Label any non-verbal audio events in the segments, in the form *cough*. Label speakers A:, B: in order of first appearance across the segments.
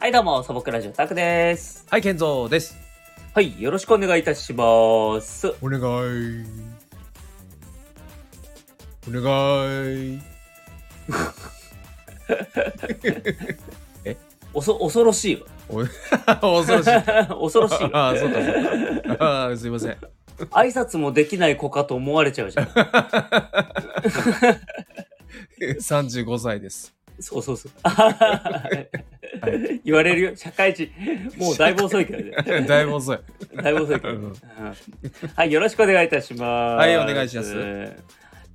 A: はい、どうも、素朴ラジオタクです。
B: はい、健三です。
A: はい、よろしくお願いいたします。
B: お願い。お願い。
A: おそ、恐ろしいわ。
B: *laughs* 恐ろしい。
A: *laughs* 恐ろしいわ。
B: ああ、そうかそうか。ああ、すいません。
A: 挨拶もできない子かと思われちゃう *laughs* じゃん。
B: *laughs* 35歳です。
A: そうそう *laughs* そう。言われるよ。社会人。もうだいぶ遅いけどね。
B: *laughs* だいぶ遅い。
A: だいぶ遅いけど、
B: うん
A: うんはい、よろしくお願いいたします。
B: はいお願いします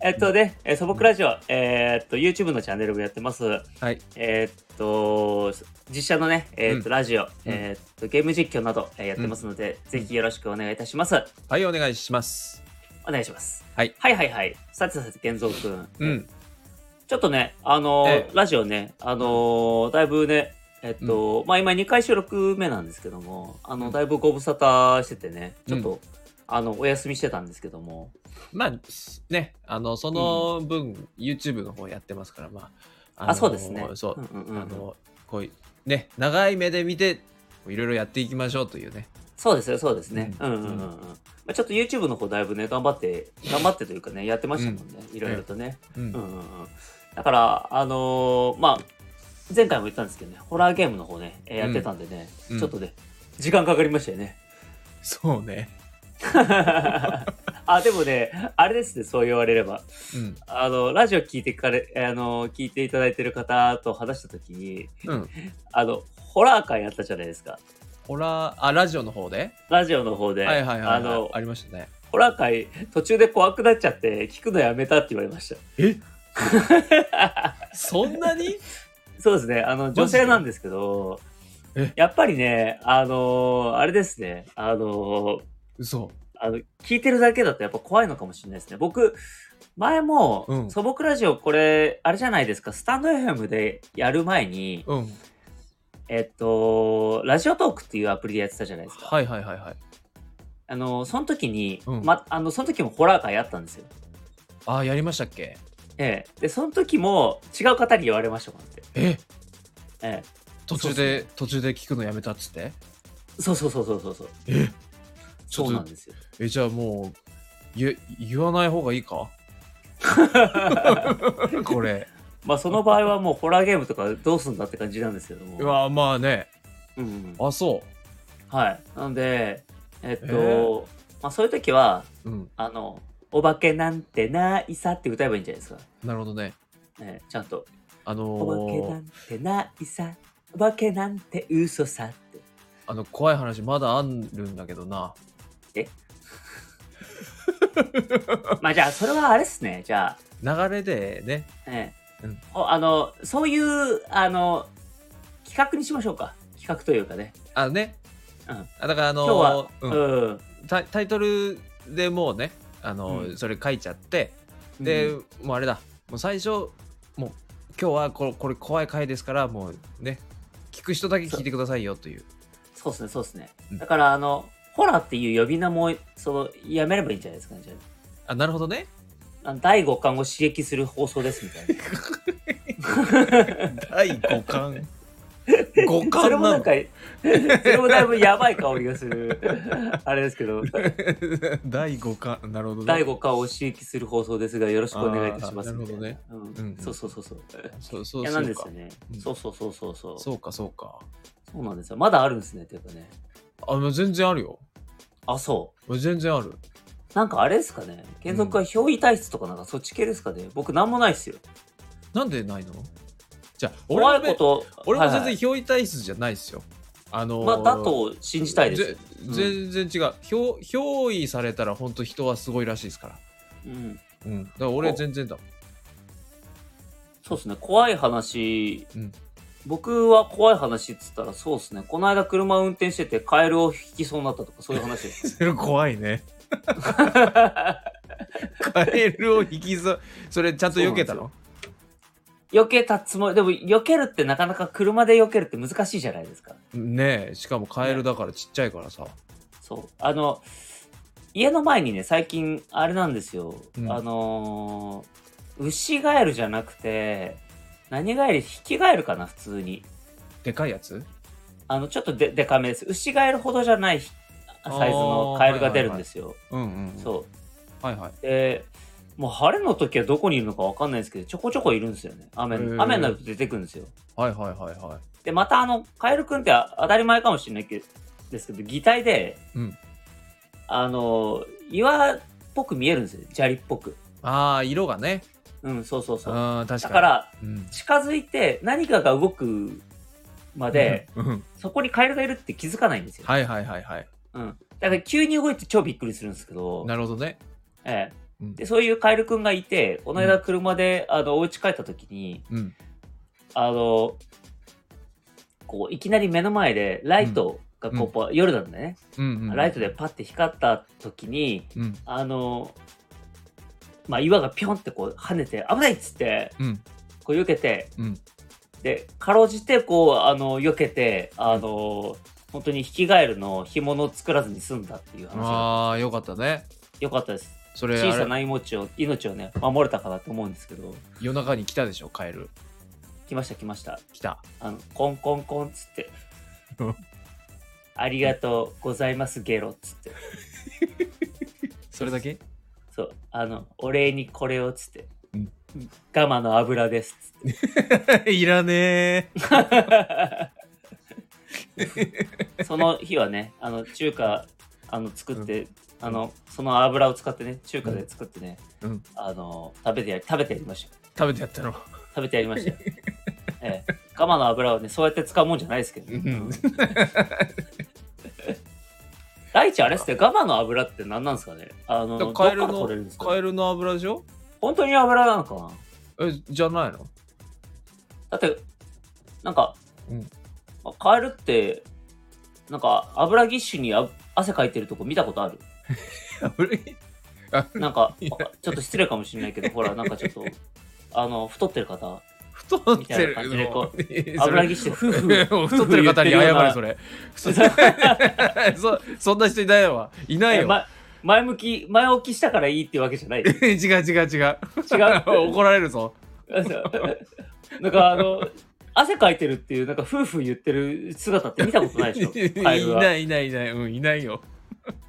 A: えっとね、えー素朴ラジオ、えーっと、YouTube のチャンネルもやってます。
B: はい。
A: えーっと、実写のね、えーっと、
B: う
A: ラジオ、えーっと、ゲーム実況など、えーやってますので、ぜひよろしくお願いいたします。
B: はい、お願いします。
A: お願いします。
B: はい
A: はいはいはい。さてさて、健三くん。
B: うん。
A: ちょっとね、あのー
B: ええ
A: ラジオね、あのーだいぶね、えっと、まあ今2回収録目なんですけども、あの、
B: うん
A: だいぶご無沙汰しててね、ちょっと、
B: う
A: あの、お休みしてたんですけども、
B: まあ、ね、あの、その分、YouTube の方やってますから、まあ。
A: あ
B: の
A: そうですね。
B: そ
A: ん
B: う。
A: んうんうん
B: あの、こういう、ね、長い目で見て、いろいろやっていきましょうというね。
A: そうですよ、そうですね。う
B: うんん
A: うんうんうん。まあ、ちょっと YouTube の方だいぶね、頑張って、頑張ってというかね、やってましたもんね、いろいろとね。
B: う
A: うんうん
B: ん。
A: うん。だから、あのーまあ、前回も言ったんですけどね、ホラーゲームの方ね、えーやってたんでね、
B: うん
A: ちょっとね、時間かかりましたよね。 *laughs*
B: そうね。
A: あでもねあれですねそう言われれば
B: うん。
A: あのラジオ聞いてかれあの聞いていただいてる方と話した時に
B: うん。
A: あのホラー会やったじゃないですか
B: ホラー、あ、ラジオの方で
A: ラジオの方で、
B: はいはいはい、
A: あ
B: はい
A: の。
B: ありましたね。
A: ホラー会途中で怖くなっちゃって聞くのやめたって言われました
B: えそんな
A: *laughs*
B: に
A: そうですねあの
B: ジで
A: 女性なんですけど
B: え
A: やっぱりねあのあれですねあの
B: 嘘。
A: あの聞いてるだけだとやっぱ怖いのかもしれないですね。僕前も、
B: うん
A: 素朴ラジオこれあれじゃないですかスタンド FM でやる前に、
B: うん。
A: えっとラジオトークっていうアプリでやってたじゃないですか。
B: はいはいはいはい。
A: あのその時に、
B: うん
A: まあのその時もホラー会あったんですよ。
B: ああ、やりましたっけ
A: ええ、でその時も違う方に言われましたもんって。
B: え
A: え
B: 途中で、途中で聞くのやめたっつって
A: え、そうそうそうそうそうそう。
B: えちょっと
A: そうなんですよ。
B: え、じゃあもう、言言わない方がい
A: *laughs*
B: いかこれ。
A: まあその場合はもうホラーゲームとかどうすんだって感じなんですけども。
B: うわ、まあね。
A: うんうん、
B: あ、そ
A: はい。なので、えっと、
B: えー
A: まあそういう時は、
B: う。うん。
A: あの、お化けなんてないさって歌えばいいんじゃないですか。
B: なるほどね。
A: ね、ちゃんと。
B: あ
A: お化けな
B: のー
A: んてないさ。お化けなんて嘘さって。
B: あの、怖い話まだあるんだけどな。
A: まあじゃあ、それはあれっすね。じゃ
B: 流れでね。
A: あ、ね
B: うん
A: おあの、そういう、あの、企画にしましょうか。企画というかね。
B: あ、ね。
A: うん
B: あだからあのー
A: 今日は、う、
B: うんん
A: うん。
B: タイタイトルでもうねあの、
A: うん
B: それ書いちゃってで、もうあれだもう最初もう今日はこれこれ怖い回ですからもうね聞く人だけ聞いてくださいよという
A: そうっすね、そうっすね
B: う。ん
A: だから、あの、ホラーっていう呼び名も、その、やめればいいんじゃないですかね。じゃあ
B: あなるほどね
A: あの第5巻を刺激する放送ですみたいな。
B: *laughs* 第5巻
A: *laughs*
B: 五
A: それ
B: 巻
A: もな
B: なんの
A: か、 *laughs* それもだいぶやばい香りがする、 *laughs* あれですけど、
B: *laughs* 第5巻なるほどね
A: 第5巻を刺激する放送ですが、よろしくお願いいたします。
B: あーなるほどね
A: みたいな。
B: うん
A: うん。
B: うん
A: そうそうそうそう。
B: そうそ
A: い
B: うそ
A: や、
B: う
A: なんです
B: か
A: よね
B: う。ん
A: そうそうそうそう。そう
B: そうかそうか
A: そうなんですよ。まだあるんですね、っていうかね。
B: あもう全然あるよ
A: あ、そう。
B: もう全然ある
A: なんかあれですかね。原則は憑依体質とかなんかそっち系ですかね。僕なんもないっすよ。
B: なんでないのじゃあ俺
A: 怖
B: はい
A: こと。
B: 俺も
A: はい
B: 全
A: は
B: 然
A: い
B: 憑依体質じゃないですよあのー
A: まあ、だと信じたいですよ
B: ぜ。全然違う、憑憑依されたら本当人はすごいらしいですから,、
A: うん。
B: うん、だから俺
A: お
B: 全然だ
A: そうですね。怖い話
B: うん
A: 僕は怖い話っつったらそうですねこの間車運転しててカエルを引きそうになったとかそういう
B: *laughs*
A: 話です
B: それ *laughs* 怖いねカエルを引きずそれちゃんと避けたの
A: 避けたつもりでも避けるってなかなか車で避けるって難しいじゃないですか
B: ねえしかもカエルだからちっちゃいからさ、
A: そうあの家の前にね最近あれなんですよ、
B: うん
A: あのー、牛ガエルじゃなくて何ガエル引きガエルかな普通に
B: でかいやつ
A: あの、ちょっとででかめです。牛ガエルほどじゃないひサイズのカエルが出るんですよ。
B: うんうん。。
A: そう
B: はいはい。
A: う。で、もう晴れの時はどこにいるのかわかんないんですけど、ちょこちょこいるんですよね。雨
B: へー
A: 雨になると出てくるんですよ。
B: はいはいはいは
A: で、またあの、カエルくんってあ当たり前かもしれないけど、ですけど、擬態で、
B: い。うん。
A: あの、岩っぽく見えるんですよ。砂利っぽく。
B: ああ、色がね。
A: うん、そうそうそう。
B: ああ、確
A: だ
B: かに。
A: から、
B: うん、
A: 近づいて何かが動くまで、
B: うん、うん
A: そこにカエルがいるって気づかないんですよ。
B: はいはいはいはい。
A: うん。だから急に動いて超びっくりするんですけど、
B: なるほどね。
A: ええ
B: うん
A: で、そういうカエルくんがいて、この間車で、あの、お家帰った時に、
B: うん。
A: あの、こう、いきなり目の前でライトがこう、
B: うん
A: パ夜なんでね、
B: うん、うん。
A: ライトでパッて光った時に、
B: うん。
A: あの、まあ、岩がピョンってこう跳ねて、危ないっつって、
B: うん。
A: こう避けて、
B: うん。
A: で、かろうじて、こう、あの、避けて、あの、本当にヒキガエルの干物を作らずに済んだっていう話が
B: ああ、よかったね。
A: よかったです。
B: それ、
A: 小さ
B: あれ
A: な命を、命をね、守れたかなと思うんですけど、
B: 夜中に来たでしょ、カエル。
A: 来ました来ました。
B: 来た。
A: あの、コンコンコンっつって
B: うん、
A: ありがとうございますゲロっつって、
B: それだけ
A: そう、あの、お礼にこれをっつって
B: うん、
A: ガマの油ですっつって。
B: *laughs* いらねえ。 *laughs*
A: その日はね、あの中華あの作って、あのその油を使ってね、中華で作ってね、
B: うん。
A: あの食べてやり食べてやりましたよ。
B: 食べてやったの。
A: 食べてやりましたよ。 *laughs* ええ、ガマの油をね、そうやって使うもん *laughs* じゃないですけど、
B: う
A: ね
B: ん。
A: 第一あれっすね、ガマの油って何なんですかね。あの、どっ
B: カ
A: か
B: エ
A: ら
B: ル
A: 取れるんで
B: の
A: す、か、
B: *laughs* カエルの油でしょ
A: 本当に油なのかな。
B: え、じゃないの
A: だって、なんか、
B: うん
A: カエルって、なんか油ぎっしゅにあ汗かいてるとこ見たことある。
B: 油あ
A: なんか、ちょっと失礼かもしれないけど、ほら、なんかちょっと、あの、太ってる方、
B: 太ってるの。 *laughs*
A: 油ぎっしゅで、夫婦。
B: 太ってる方に謝れそれ *laughs* そそんな人いないわいない
A: え
B: よ、
A: ま前向き、前置きしたからいいってわけじゃない。違う。
B: *laughs*
A: *laughs*
B: 違う違う違う *laughs* 怒られるぞ
A: なんか、あの、汗かいてるっていう、なんか、夫婦言ってる姿って見たことないでし
B: *laughs* い
A: ょ、カエルは。
B: ないいないいないうんいないよ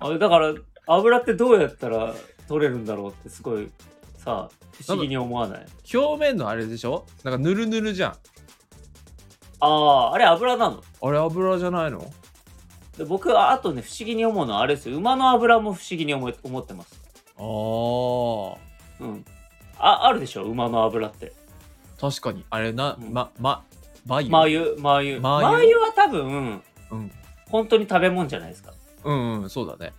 A: あれだから、油ってどうやったら取れるんだろうって、すごい、さ、不思議に思わない。
B: 表面のあれでしょなんかぬるぬるじゃん
A: ああ、あれ油なの。
B: あれ油じゃないの
A: で僕、あとね、不思議に思うのは、あれですよ。馬の油も不思議に思い思ってます。
B: あ
A: うん。あ、あるでしょ馬の油って。
B: ー確かにあれな、ままバイ
A: マー油、マー油。
B: マ
A: マ
B: ー
A: ー
B: 油
A: 油は多分、
B: うん
A: 本当に食べ物じゃないですか。
B: うん、うん、そうだね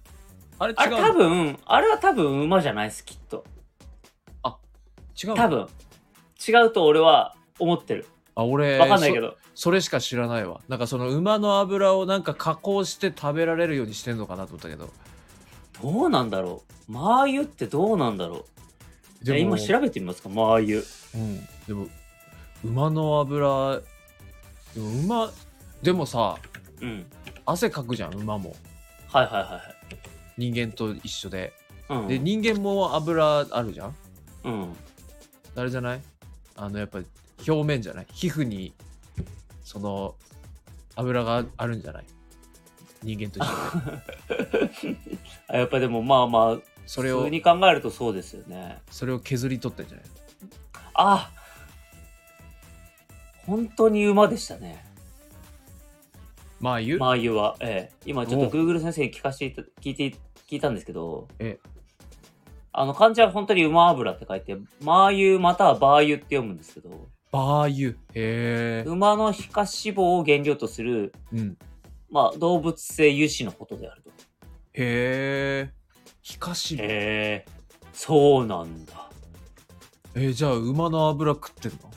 B: あれ違
A: あ
B: う
A: れ多分、あれは多分馬じゃないです、きっと。
B: 違う
A: 多分。違うと俺は思ってる。
B: あ俺
A: わかんないけど。
B: それしか知らないわなんかその馬の油をなんか加工して食べられるようにしてんのかなと思ったけど
A: どうなんだろうマー油ってどうなんだろうじゃあ今調べてみますか、マー油。
B: うん、でも馬の油でも馬でもさ
A: うん。
B: 汗かくじゃん馬も
A: はいはいはい
B: 人間と一緒で、
A: はい。
B: で人間も油あるじゃん
A: うん。うん。
B: あれじゃないあのやっぱ表面じゃない皮膚にその油があるんじゃない人間と一緒で
A: あやっぱでもまあまあ、
B: そ
A: そ
B: れ
A: れを。普
B: を
A: 通に考えるとそうですよね。
B: それを削り取ってんじゃない
A: あ本当に馬でしたね。
B: まあ言う、
A: マー油は、ええ、今ちょっ
B: おう
A: と Google 先生に聞かせていた聞いて聞いたんですけど、
B: え
A: あの漢字は本当に馬油って書いて、マー油またはバー油って読むんですけど、
B: バー油へえ、
A: 馬の皮下脂肪を原料とする、
B: うん、
A: まあ、動物性油脂のことであると。
B: へえ皮下脂肪
A: へえ、そうなんだ。
B: えじゃあ馬の油食ってるの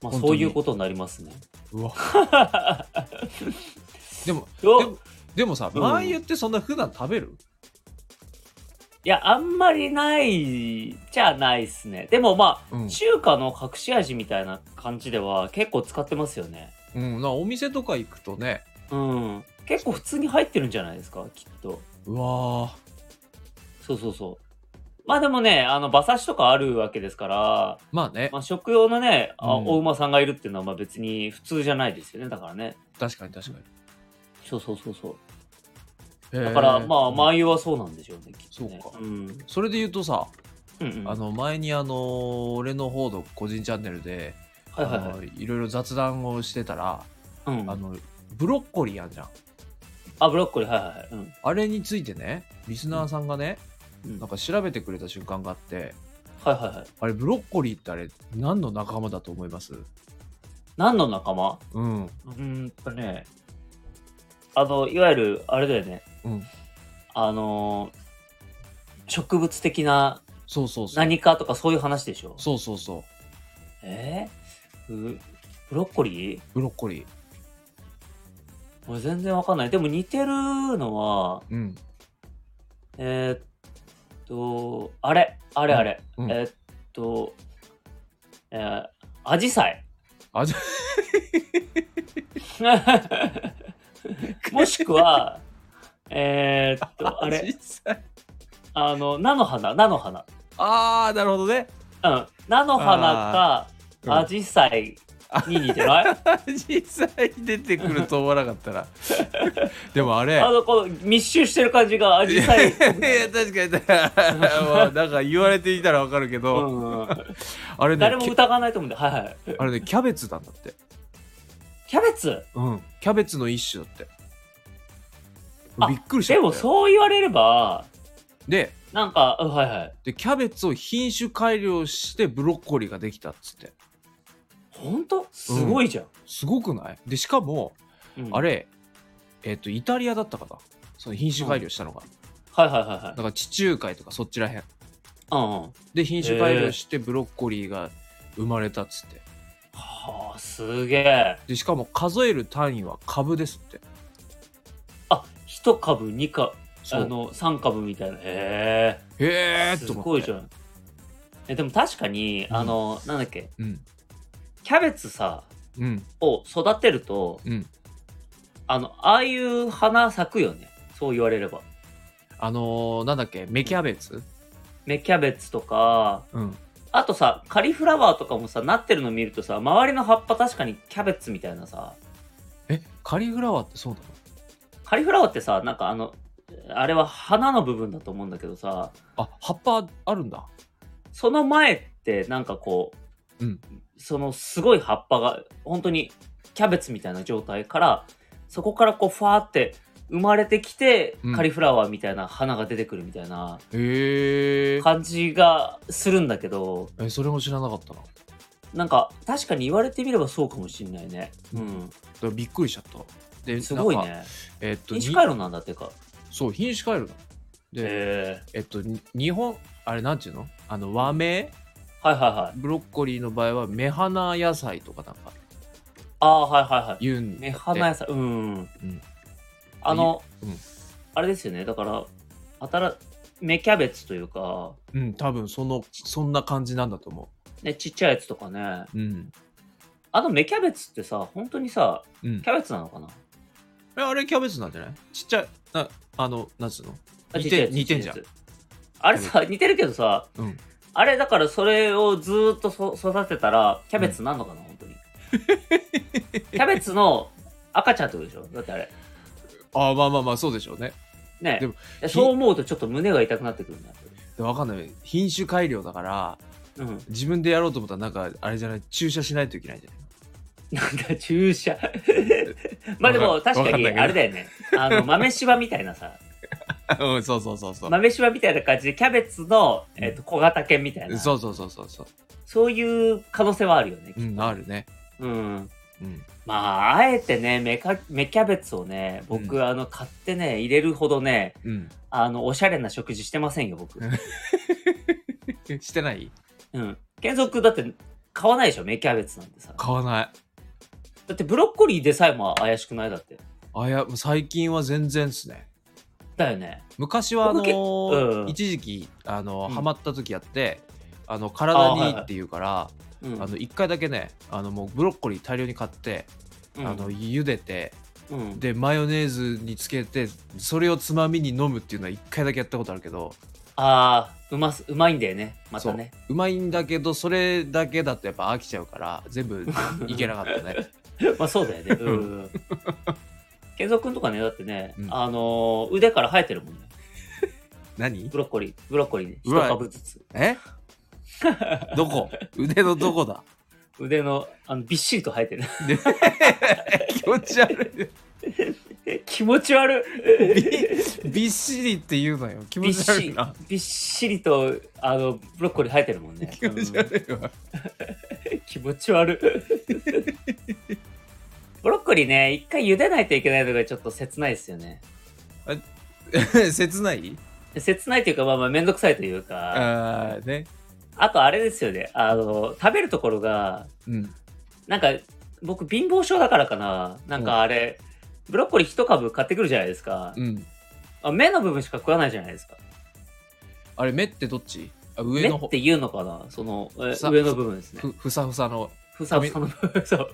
A: まあ、
B: 本当に
A: そういうことになりますね。
B: うわ
A: *laughs*
B: でも
A: お
B: でも
A: い
B: でもさ、
A: うん
B: マー油ってそんな普段食べる
A: や、あんまりないじゃないっすね。でもま
B: うん
A: あ、中華の隠し味みたいな感じでは結構使ってますよね。
B: うん、なお店とか行くとね、
A: うん。結構普通に入ってるんじゃないですか、きっと。
B: うわー
A: そうそうそう。まあでもね、あの、馬刺しとかあるわけですから、
B: まあね、
A: まあ、食用のね、あ
B: うん
A: お馬さんがいるっていうのはまあ別に普通じゃないですよね、だからね。
B: 確かに確かに。
A: そうそうそうそう。
B: へー
A: だから、まあ、
B: うん
A: 麻油はそうなんでしょうね、きっとね。
B: そうか
A: うん。
B: それで言うとさ、
A: うんうん、
B: あ、の前にあの俺の方の個人チャンネルで、
A: はいはいはい。
B: あのいろいろ雑談をしてたら、
A: うん、
B: あのブロッコリーあんじゃん
A: あ、ブロッコリー、はいはいはい。うん。
B: あれについてねリスナーさんがね、
A: うん
B: なんか調べてくれた瞬間があって
A: はいはいはい。
B: あれブロッコリーってあれ何の仲間だと思います
A: 何の仲間
B: うん
A: うーんとね、あの、いわゆる、あれだよね。
B: うん
A: あのー、植物的な
B: そうそうそう
A: 何かとかそういう話でしょ。
B: そうそうそう
A: えー、うブロッコリー
B: ブロッコリー
A: 俺全然わかんない。でも似てるのは、
B: うん
A: えー、っと、あれ、あれあれ。
B: うん
A: えー、っと、えー、アジサ
B: *laughs*
A: イ。
B: あじゃ
A: もしくは、えー、っと、あれ。あの、菜の花、菜の花。
B: *laughs* あーなるほどね
A: うん。菜の花か、
B: うん
A: アジサイに似て
B: *laughs*
A: ない、
B: 実際出てくると思わなかった
A: *laughs*
B: らでもあれ
A: あの、この密集してる感じがアジサイっぽく
B: い
A: ない。
B: や確かにまあなんか言われていたらわかるけ
A: う
B: ど、
A: んうん、
B: あれね
A: 誰も
B: キャ
A: 疑わないと思うんで、はいはい。
B: あれねキャベツなんだって
A: キャベツ
B: うんキャベツの一種だって
A: あ
B: びっくりしちゃ
A: で
B: った
A: も
B: よ
A: そう言われれば、
B: で
A: なんか、うんはいはい。
B: でキャベツを品種改良してブロッコリーができたっつって
A: ほんとすごいじゃん。
B: すごくないでしかも
A: うん
B: あれえっ、とイタリアだったかなその品種改良したのが、
A: はいはいはいはい
B: だ。から地中海とかそっちらへん
A: うんうん。
B: で品種改良してブロッコリーが生まれたっつって
A: はあ、すげえ。
B: でしかも数える単位は株ですって
A: あ、一株、二株、あ
B: そう
A: の、三株みたいな。へ
B: へ
A: え。
B: え
A: す
B: と思って
A: ごいじゃん。え、でも確かに、
B: うん
A: あの、なんだっけ、
B: うん
A: キャベツさ、
B: うん
A: を育てると、
B: うん
A: あの、ああいう花咲くよね。そう言われれば。
B: あのー、なんだっけ芽キャベツ
A: 芽キャベツとか、
B: うん
A: あとさ、カリフラワーとかもさ、なってるの見るとさ、周りの葉っぱ確かにキャベツみたいなさ、
B: えカリフラワーってそうなの
A: カリフラワーってさ、なんかあの、あれは花の部分だと思うんだけどさ、
B: あ葉っぱあるんだ
A: その前ってなんかこう、
B: うん
A: そのすごい葉っぱが本当にキャベツみたいな状態からそこからこうファーって生まれてきて、
B: うん
A: カリフラワーみたいな花が出てくるみたいな
B: へー
A: 感じがするんだけど
B: えそれも知らなかったなだか
A: なんか確かに言われてみればそうかもしんないね、うん
B: らびっくりしちゃったで
A: すごい
B: なんか
A: ね
B: えっと
A: 品種
B: に
A: 回路なんだっていうか
B: そう品種改良だで
A: へえ
B: えっとに日本あれなんていうのあの和名
A: はいはいはい
B: ブロッコリーの場合は目花野菜とかなんか
A: ああはいはいはい
B: 言うんだって
A: 目花屋さんうん、
B: ん
A: あの、
B: うん
A: あれですよねだから新芽キャベツというか
B: うん多分そのそんな感じなんだと思
A: ね、ちっちゃいやつとかね。
B: ううん
A: あの芽キャベツってさ、本当にさ、
B: うん
A: キャベツなのかな
B: えあれキャベツなんじゃないちっちゃいなあのなんつうの
A: あ
B: 似
A: ちっ
B: て
A: ちゃいやつ
B: 似てんじゃん
A: ちっちゃいやつあれさ、似てるけどさ、
B: うん
A: あれだからそれをずーっとそ育てたら、キャベツなんのかな、本当に。キャベツの赤ちゃんってことでしょだってあれ。
B: ああまあまあまあそうでしょうね
A: ね
B: でも
A: えそう思うとちょっと胸が痛くなってくるんだやっ
B: でわかんない品種改良だから
A: ぱりうん。 *laughs*
B: 自分でやろうと思ったらなんかあれじゃない注射しないといけないじゃない
A: なんか注
B: *laughs*
A: 射。まあでも
B: わか
A: 確
B: ん
A: か
B: わかんな
A: に
B: いけど
A: あれだよね。あ
B: *laughs*
A: の、豆柴みたいなさ、
B: うん、そうそうそうそう。
A: 豆柴みたいな感じで、キャベツの、えっと小型犬みたいな。
B: そうそうそうそうそう。
A: そういう可能性はあるよね。
B: うん、あるね。
A: うん。
B: うん。
A: まあ、あえてね、メカメキャベツをね、僕、
B: う
A: あの、買ってね、入れるほどね、
B: うん。
A: あの、おしゃれな食事してませんよ、僕。
B: してない
A: うん。健三君だって、買わないでしょ、メキャベツなんてさ。
B: 買わない。
A: だって、ブロッコリーでさえも怪しくないだって。
B: あや、最近は全然っすね。
A: だよね。
B: 昔はあのー
A: うん
B: 一時期、あのー
A: うん
B: ハマった時やって、あの、体にいいって言うから、あ,、
A: うん。
B: の、一回だけね、あの、もうブロッコリー大量に買って、
A: うん、
B: あの、茹でて、
A: うん、
B: で、マヨネーズにつけて、それをつまみに飲むっていうのは一回だけやったことあるけど、
A: あああ、うます、うまいんだよね。またね。
B: そううまいんだけどそれだけだとやっぱ飽きちゃうから全部いけなかったね
A: *laughs* まあそうだよね。うん。健三君とかね、だってね、
B: うん
A: あのー腕から生えてるもんね。
B: 何
A: ブロッコリー、ブロッコリーね、
B: う
A: 一
B: わ
A: 株ずつ。
B: えどこ腕のどこだ
A: 腕の、あの、びっしりと生えてる。 *laughs*
B: *laughs* 気持ち悪
A: 気持ち悪
B: い
A: い。
B: びびっしりって言うのよ *laughs* 気
A: び
B: 持
A: っ
B: ち
A: し
B: 悪い
A: り
B: な、
A: びっしりと、あの、ブロッコリー生えてるもんね。
B: 気持ち悪いわ
A: うん気持ち悪い。
B: *laughs*
A: ブロッコリーね、一回茹でないといけないのがちょっと切ないですよね。
B: *laughs* 切ない
A: 切ないというか、まあまあ、めんどくさいというか、
B: あーね
A: あとあれですよね、あの、食べるところが、
B: うん
A: なんか僕貧乏症だからかななんかあれ、ブロッコリー一株買ってくるじゃないですか、
B: うん
A: あ目の部分しか食わないじゃないですか
B: あれ目ってどっちあ
A: 目
B: 上の
A: っ
B: 方
A: ていうのかなそのえ
B: さ
A: 上の部分ですね
B: ふふさふさの
A: ふさふさの部分そう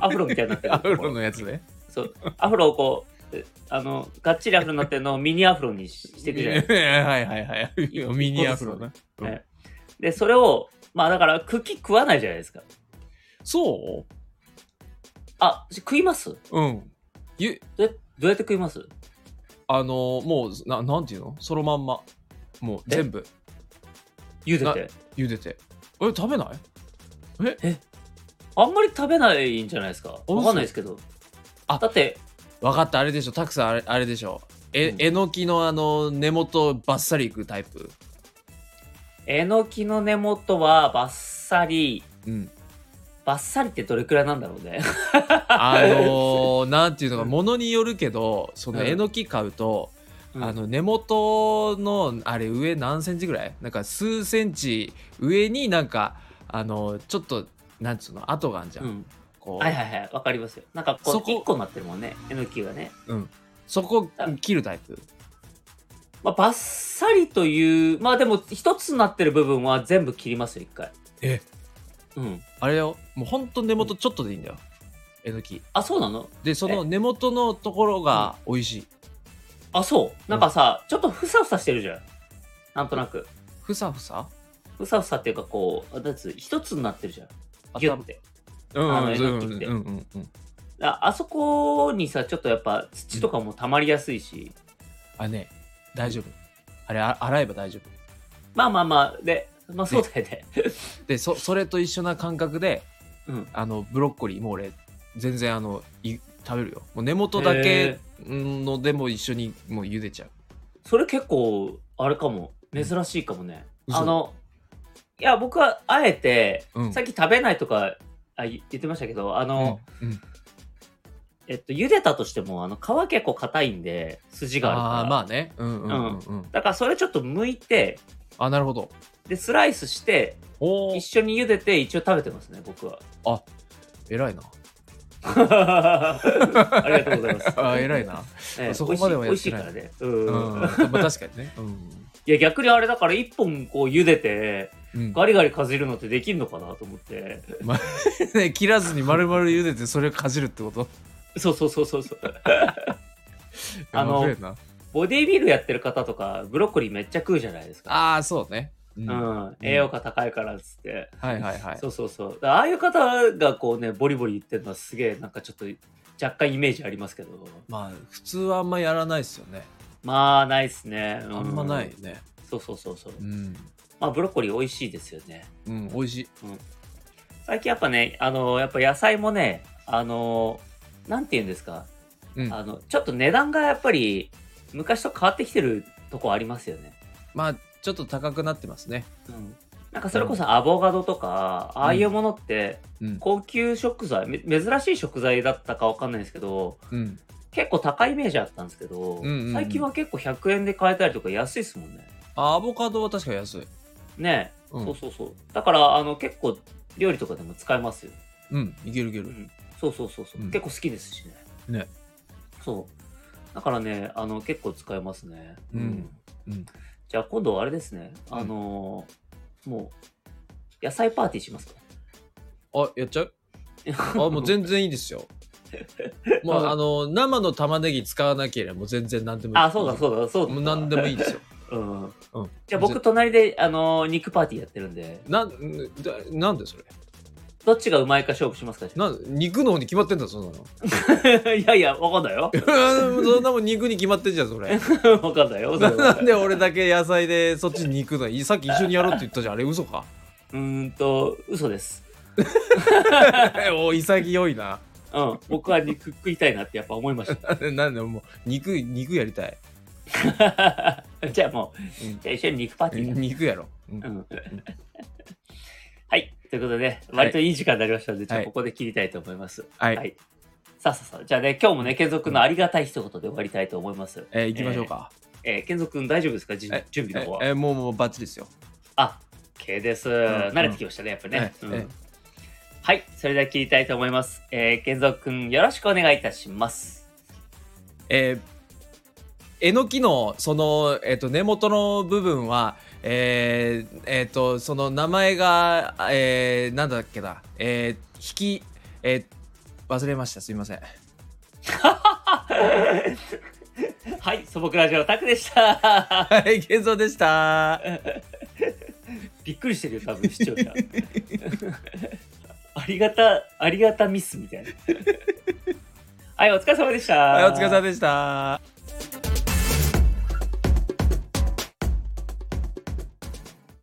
A: アフロみたいになってる
B: *laughs* アフロのやつね
A: そうアフロをこうえあのがっちりアフロになってるのをミニアフロにししていくじゃないですか
B: *laughs* はいはいはいミニアフロなうん
A: はいでそれをまあだから茎食わないじゃないですか
B: そ
A: あ食います
B: ううんゆ
A: どうやどうやって食います
B: あのもうななんていうのそのまんまもう
A: え
B: 全部
A: 茹で
B: な
A: て
B: 茹でてえ食べない
A: あんまり食べないんじゃないですかわかんないですけど
B: あ
A: だって
B: 分かったあれでしょたくさんあれあれでしょえ、
A: うん
B: えのきのあの根元バッサリいくタイプ
A: えのきの根元はバッサリ
B: うん
A: バッサリってどれくらいなんだろうね
B: あ *laughs* のー、なんていうのかものによるけどその
A: うん
B: えのき買うと、
A: うん
B: あの根元のあれ上何センチぐらいなんか数センチ上になんかあのちょっとなんつうの跡があんじゃん、
A: うん
B: こう、
A: はいはいはいわかりますよなんかこ
B: そうこ
A: 1個になってるもんねえのきがね、
B: そこ切るタイプ
A: まあ、バッサリというまあでも一つになってる部分は全部切りますよ一回
B: え
A: うん
B: あれよもうほんと根元ちょっとでいいんだよ、えのき
A: あそうなの
B: でその根元のところが美味しい
A: あそうなんかさ、ちょっとふさふさしてるじゃんなんとなく
B: ふさふさ
A: ふさふさっていうかこうあだって一つになってるじゃん
B: 頭
A: ギュッて
B: うん
A: あの
B: うんうん
A: えのきって
B: うんうんうん
A: ああそこにさちょっとやっぱ土とかも溜まりやすいし、
B: あれね大丈夫あれあ洗えば大丈夫
A: まあまあまあ、で、まあそうだよね。
B: でそそれと一緒な感覚で
A: うん。
B: あのブロッコリーもう俺全然あのい食べるよもう根元だけ
A: へ
B: のでも一緒にもう茹でちゃう
A: それ結構、あれかも、珍しいかもね。
B: 嘘
A: あの、いや、僕はあえて、
B: うん
A: さっき食べないとかあい言ってましたけど、あの、
B: うんうん
A: えっと、茹でたとしても、あの、皮結構硬いんで、筋があるから。
B: あーまあねうんうんうんうん
A: だからそれちょっと剥いて、
B: あなるほど
A: で、スライスして、
B: お
A: 一
B: ー
A: 緒に茹でて、一応食べてますね、僕
B: *laughs*
A: は。
B: 偉いな
A: ありがとうございます。
B: あ偉いな
A: ええ。
B: そこまでは
A: 美
B: やっ
A: 味してい美
B: ない
A: 味しいからね。
B: う
A: うん
B: んまあ確かにねう
A: いや逆にあれだから一本こう茹でて
B: んうん
A: ガリガリかじるのってできんのかなと思って
B: *laughs* ね切らずに丸々茹でてそれをかじるってこと
A: そうそうそうそうそうあの
B: やべえな
A: ボディービルやってる方とかブロッコリーめっちゃ食うじゃないですか
B: ああそうね、うん
A: う
B: はい
A: ん、栄養価高いからっつって、
B: はいはい
A: そうそうそうだからああいう方がこうねボリボリ言ってるのはすげえなんかちょっと若干イメージありますけど
B: まあ普通はあんまやらないですよね
A: まあないっすね、う
B: あんまないよね
A: そうそうそうそう
B: うん、
A: まあブロッコリー美味しいですよね
B: うん、美味しい
A: 最近やっぱねあのやっぱ野菜もねあのなんて言うんですか
B: うん
A: あのちょっと値段がやっぱり昔と変わってきてるとこありますよね。
B: まあちょっと高くなってますね
A: うん、なんかそれこそアボカドとか、ああいうものって
B: うん
A: 高級食材め珍しい食材だったかわかんないですけど
B: うん
A: 結構高いイメージあったんですけど、
B: んうんうん
A: 最近は結構100円で買えたりとか安いですもんね。
B: あアボカドは確か安い
A: ねえ、
B: うん
A: そうそうそうだからあの結構料理とかでも使えますよ。
B: うんいけるいけ
A: う
B: る
A: ん、そうそうそうそう、
B: うん
A: 結構好きですしね。
B: ね
A: そうだからねあの結構使えますね。
B: うんうん
A: じゃあ今度あれですね、
B: うん
A: あのーもう野菜パーティーしますか
B: あやっ *laughs* ちゃうあもう全然いい *laughs* ですよまああの生の玉ねぎ使わなければもう全然何でもいい
A: あそうだそうだそうだ
B: もう何でもいいですよ
A: うん
B: うん、
A: じゃあ僕隣で、あのー肉パーティーやってるんで、
B: なんだなんでそれ
A: どっちがうまいか勝負しますか
B: なん肉の方に決まってんだそんな
A: *laughs*
B: の *laughs*
A: いやいや、わかんないよ。
B: そんなもん肉に決まってんじゃんそ *laughs* れ
A: *laughs* わかんないよ。それ
B: な
A: は
B: なんで俺だけ野菜でそっちに肉のいさっき一緒にやろうって言ったじゃんあれ嘘か *laughs*
A: うーんと、嘘です。
B: お潔いな *laughs*
A: うん、僕は肉食いたいなってやっぱ思いました。 *laughs*
B: なんでもう肉肉やりたい
A: じゃあもう、
B: う
A: じ
B: ん
A: ゃあ一緒に肉パーティーや
B: 肉やろ、うん
A: うん *laughs* はい、ということで、割といい時間になりましたので、
B: は
A: じゃ
B: い
A: あここで切りたいと思います。
B: はい、
A: はいさあさあさあ、じゃあね、今日もね、ケンゾくんのありがたい一言で終わりたいと思います。
B: えー、行きましょうか、
A: えー、ケンゾくん大丈夫ですかじ
B: え
A: 準備の方は。
B: えーもうもうバッチリですよ
A: あ、OK です。
B: ん
A: 慣れてきましたね、やっぱね。
B: ええ
A: うん
B: ええ
A: はい、それでは切りたいと思います。えー、ケンゾくん、よろしくお願いいたします。
B: えーえのきのその、えー、と根元の部分はえーえーとその名前が、えーなんだっけだ、えー引き、えー忘れましたすいません
A: *laughs* はい、素朴ラジオのタクでした。 *laughs*
B: はい *laughs* 健三でした
A: びっくりしてるよ、多分、視聴
B: *laughs*
A: 者。ありがた、ありがたミスみたいな。はい、お疲れ様でした。
B: はいお疲れ様でした